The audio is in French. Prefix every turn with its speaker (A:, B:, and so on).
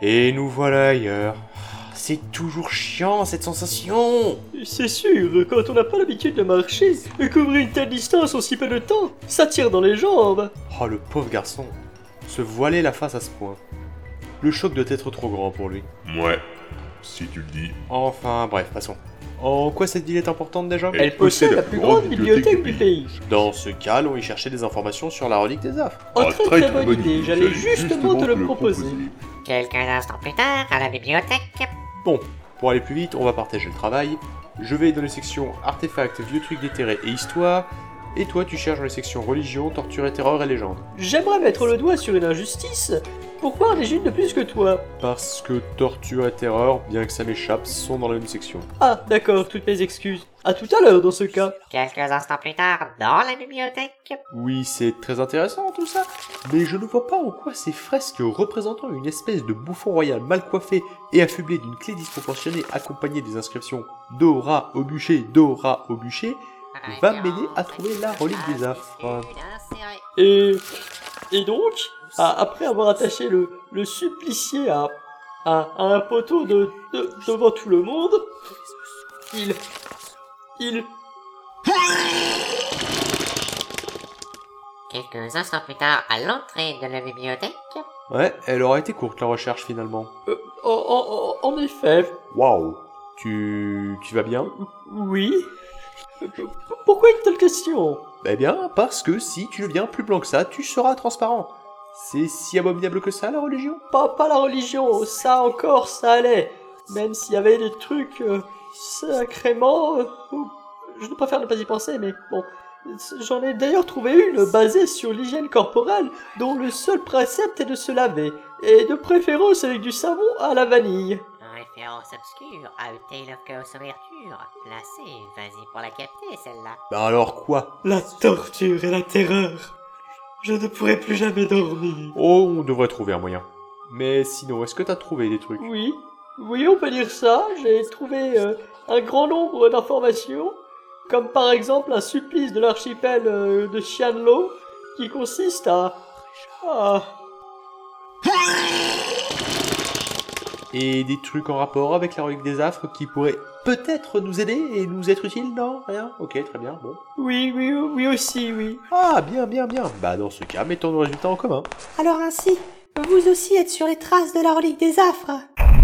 A: Et nous voilà ailleurs. C'est toujours chiant cette sensation
B: C'est sûr, quand on n'a pas l'habitude de marcher, couvrir une telle distance en si peu de temps, ça tire dans les jambes.
A: Oh le pauvre garçon Se voiler la face à ce point. Le choc doit être trop grand pour lui.
C: Ouais, si tu le dis.
A: Enfin bref, passons. En quoi cette ville est importante déjà
C: Elle
B: Elle possède la plus grande bibliothèque du pays.
A: Dans ce cas, allons y chercher des informations sur la relique des affres.
B: Oh, très très bonne idée, j'allais justement te le proposer.
D: Quelques instants plus tard, à la bibliothèque.
A: Bon, pour aller plus vite, on va partager le travail. Je vais dans les sections artefacts, vieux trucs déterrés et histoire. Et toi, tu cherches dans les sections religion, torture et terreur et légende.
B: J'aimerais mettre le doigt sur une injustice. Pourquoi les de plus que toi
A: Parce que torture et terreur, bien que ça m'échappe, sont dans la même section.
B: Ah, d'accord, toutes mes excuses. À tout à l'heure dans ce cas.
D: Quelques instants plus tard, dans la bibliothèque.
A: Oui, c'est très intéressant tout ça, mais je ne vois pas en quoi ces fresques représentant une espèce de bouffon royal mal coiffé et affublé d'une clé disproportionnée accompagnée des inscriptions Dora au bûcher, Dora au bûcher, va m'aider à trouver la relique des
D: Ah,
A: affres.
B: Et. Et donc, à- après avoir attaché le, le supplicié à, à, à un poteau de, de- devant tout le monde, il. Il.
D: Quelques instants plus tard, à l'entrée de la bibliothèque.
A: Ouais, elle aura été courte la recherche finalement.
B: euh, en, en- oh, en- en effet,
A: Waouh, tu... tu vas bien
B: oui. P- Pourquoi une telle question
A: Eh bien, parce que si tu deviens plus blanc que ça, tu seras transparent. C'est si abominable que ça la religion
B: pas, pas la religion, ça encore, ça allait. Même s'il y avait des trucs euh, sacrément... euh, je préfère ne pas y penser, mais bon. J'en ai d'ailleurs trouvé une basée sur l'hygiène corporelle, dont le seul précepte est de se laver, et de préférence avec du savon à la vanille.
D: Référence obscure à A Tale of Chaos Ouverture. Placée, vas-y pour la capter celle-là.
A: Ben alors quoi
B: La torture et la terreur. Je ne pourrai plus jamais dormir.
A: Oh, on devrait trouver un moyen. Mais sinon, est-ce que t'as trouvé des trucs
B: Oui, oui, on peut dire ça. J'ai trouvé euh, un grand nombre d'informations, comme par exemple un supplice de l'archipel euh, de Xianlo qui consiste à. ah, à-
A: Et des trucs en rapport avec la relique des affres qui pourraient peut-être nous aider et nous être utiles, non Rien Ok, très bien, bon.
B: Oui, oui, oui aussi, oui.
A: Ah, bien, bien, bien. Bah, dans ce cas, mettons nos résultats en commun.
E: Alors ainsi, vous aussi êtes sur les traces de la relique des affres.